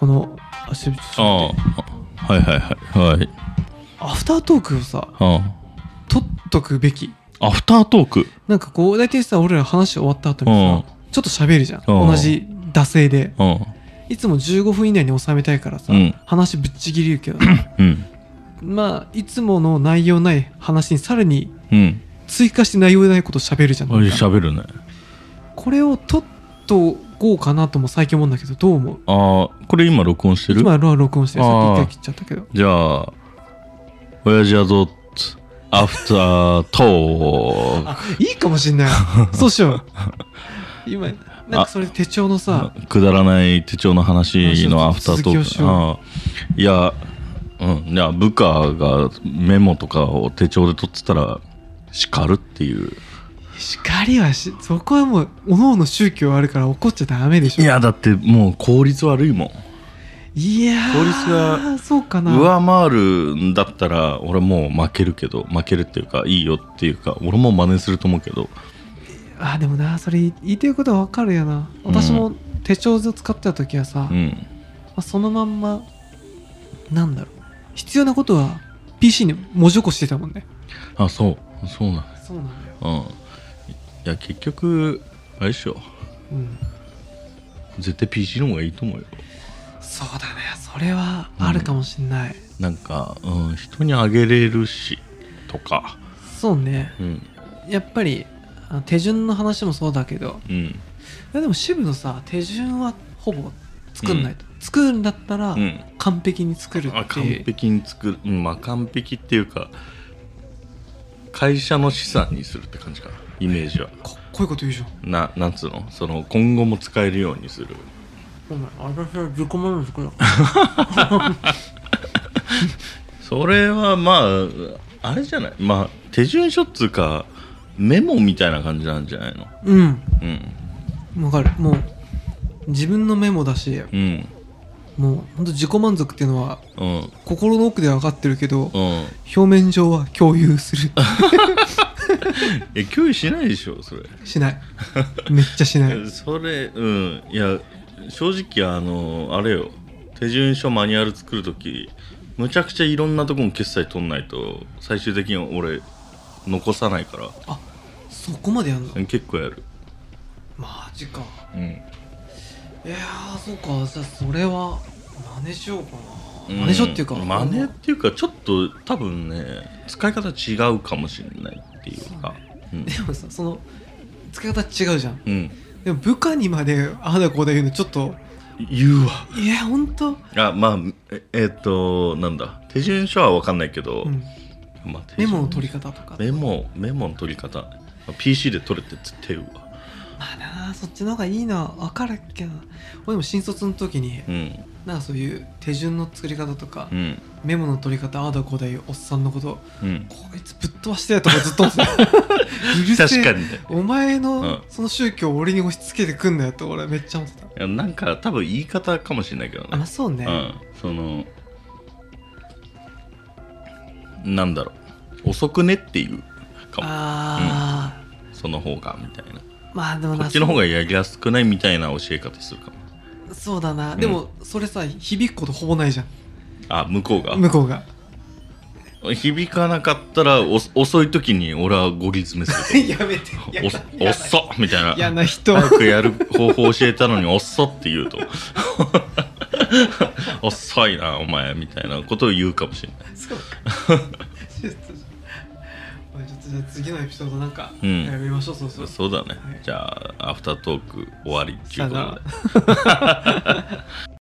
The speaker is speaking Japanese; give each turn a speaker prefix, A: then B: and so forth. A: あのあし
B: ああはいはいはいはい
A: アフタートークをさ
B: あ
A: 取っとくべき
B: あアフタートーク
A: なんかこう大体さ俺ら話終わった後にさちょっと喋るじゃん
B: うん
A: 同じ惰性で
B: うん
A: いつも15分以内に収めたいからさ、
B: うん
A: 話ぶっちぎり言うけど
B: うん
A: まあいつもの内容ない話にさらに
B: うん
A: 追加して内容ないこと喋るじゃん
B: あれ喋るね
A: これを取っとこうかなとも最近思うんだけどどう思う
B: ああこれ今録音してる
A: 今は録音してる
B: あ
A: さ
B: ー
A: っき一回切っちゃったけど
B: じゃあ親父はどっつアフタートー
A: あいいかもし んないそうしよう今なんかそれ手帳のさ
B: クくだらない手帳の話のアフター
A: 続
B: ト
A: きをしよう
B: ークああいやうん、いや部下がメモとかを手帳で取ってたら叱るっていう
A: 叱りはしそこはもうおのおの宗教あるから怒っちゃダメでしょ
B: いやだってもう効率悪いもん
A: いやー
B: 法律が
A: そうかな
B: 上回るんだったら俺もう負けるけど負けるっていうかいいよっていうか俺も真似すると思うけど
A: あでもなそれ言いたいことはわかるよな
B: うん
A: 私も手帳を使ってた時はさ、
B: う
A: ま
B: ん
A: あ、そのまんまなんだろう必要なことは PC に文字起こしてたもんね
B: あそうそうなん
A: そうなんだよ、
B: うんいや結局あれでしょ
A: うん、
B: 絶対 PC の方がいいと思うよ
A: そうだねそれはあるかもしんない、
B: なんか、うん、人にあげれるしとか
A: そうね
B: うん
A: やっぱりあ手順の話もそうだけど
B: うん
A: いやでも支部のさ手順はほぼ作んないと、作るんだったら
B: うん
A: 完璧に作るっていう、
B: あ完璧に作る、うんまあ完璧っていうか会社の資産にするって感じかなイメージは
A: かっこいいこと言うじゃん
B: ななんつうのその今後も使えるようにする
A: お前私は自己満足だ
B: それはまああれじゃないまあ手順書っつうかメモみたいな感じなんじゃないの
A: うん
B: うん
A: わかるもう自分のメモだし
B: うん
A: もうほんと自己満足っていうのは
B: うん
A: 心の奥では分かってるけど
B: うん
A: 表面上は共有する
B: え共有しないでしょそれ
A: し ないめっちゃしない
B: それうんいや正直あのあれよ手順書マニュアル作るときむちゃくちゃいろんなとこも決済取んないと最終的に俺残さないか
A: あそこまでやんの
B: ら結構やる
A: マジか
B: うん
A: いやーそうかじゃあそれは真似しようかな、
B: うん
A: 真似しようっていうか
B: 真似っていうかちょっと多分ね使い方違うかもしれないっていうかう,、
A: でもさその使い方違うじゃん
B: ん、うん、
A: でも部下にまでああだこうだ言うのちょっと
B: 言うわ
A: いやほんと、
B: あまあええっとなんだ手順書は分かんないけど、
A: うん、
B: まあ、手
A: メ
B: 順
A: モの取り方とか
B: メモメモの取り方 PC で取れって絶対言うわ
A: まあなあそっちの方がいいな分かるけどな俺でも新卒の時に
B: うん
A: なんかそういう手順の作り方とか、
B: うん
A: メモの取り方ああだこうだいうおっさんのこと
B: うん
A: こいつぶっ飛ばしてやとかずっと思ってたう るせえ
B: 確かにね
A: お前
B: う
A: の
B: ん
A: その宗教を俺に押し付けてくんなよと俺めっちゃ思ってた
B: いやなんか多分言い方かもしれないけどね
A: あまあそうね、
B: うんそのなんだろう遅くねっていうかも
A: ああ、
B: その方がみたいな
A: まあでもな
B: こっちの方がやりやすくないみたいな教え方するかも
A: そうそうだな、
B: うん
A: でもそれさ響くことほぼないじゃ
B: あ向こ
A: ん向
B: う
A: こうが
B: が響かなかったらお遅い時に俺はゴリ詰めす る
A: やめてやだ
B: とおおっそみたいな
A: 嫌な 人
B: 早くやる方法教えたのに遅って言うと 遅いなお前みたいなことを言うかもしれない
A: そうちょっとまあちょっとじゃあ次のエピソードなんか
B: うん
A: やりましょう、そうそう
B: そうだね
A: はい
B: じゃあアフタートーク終わりっていうこ
A: さ
B: と
A: よな
B: で
A: ら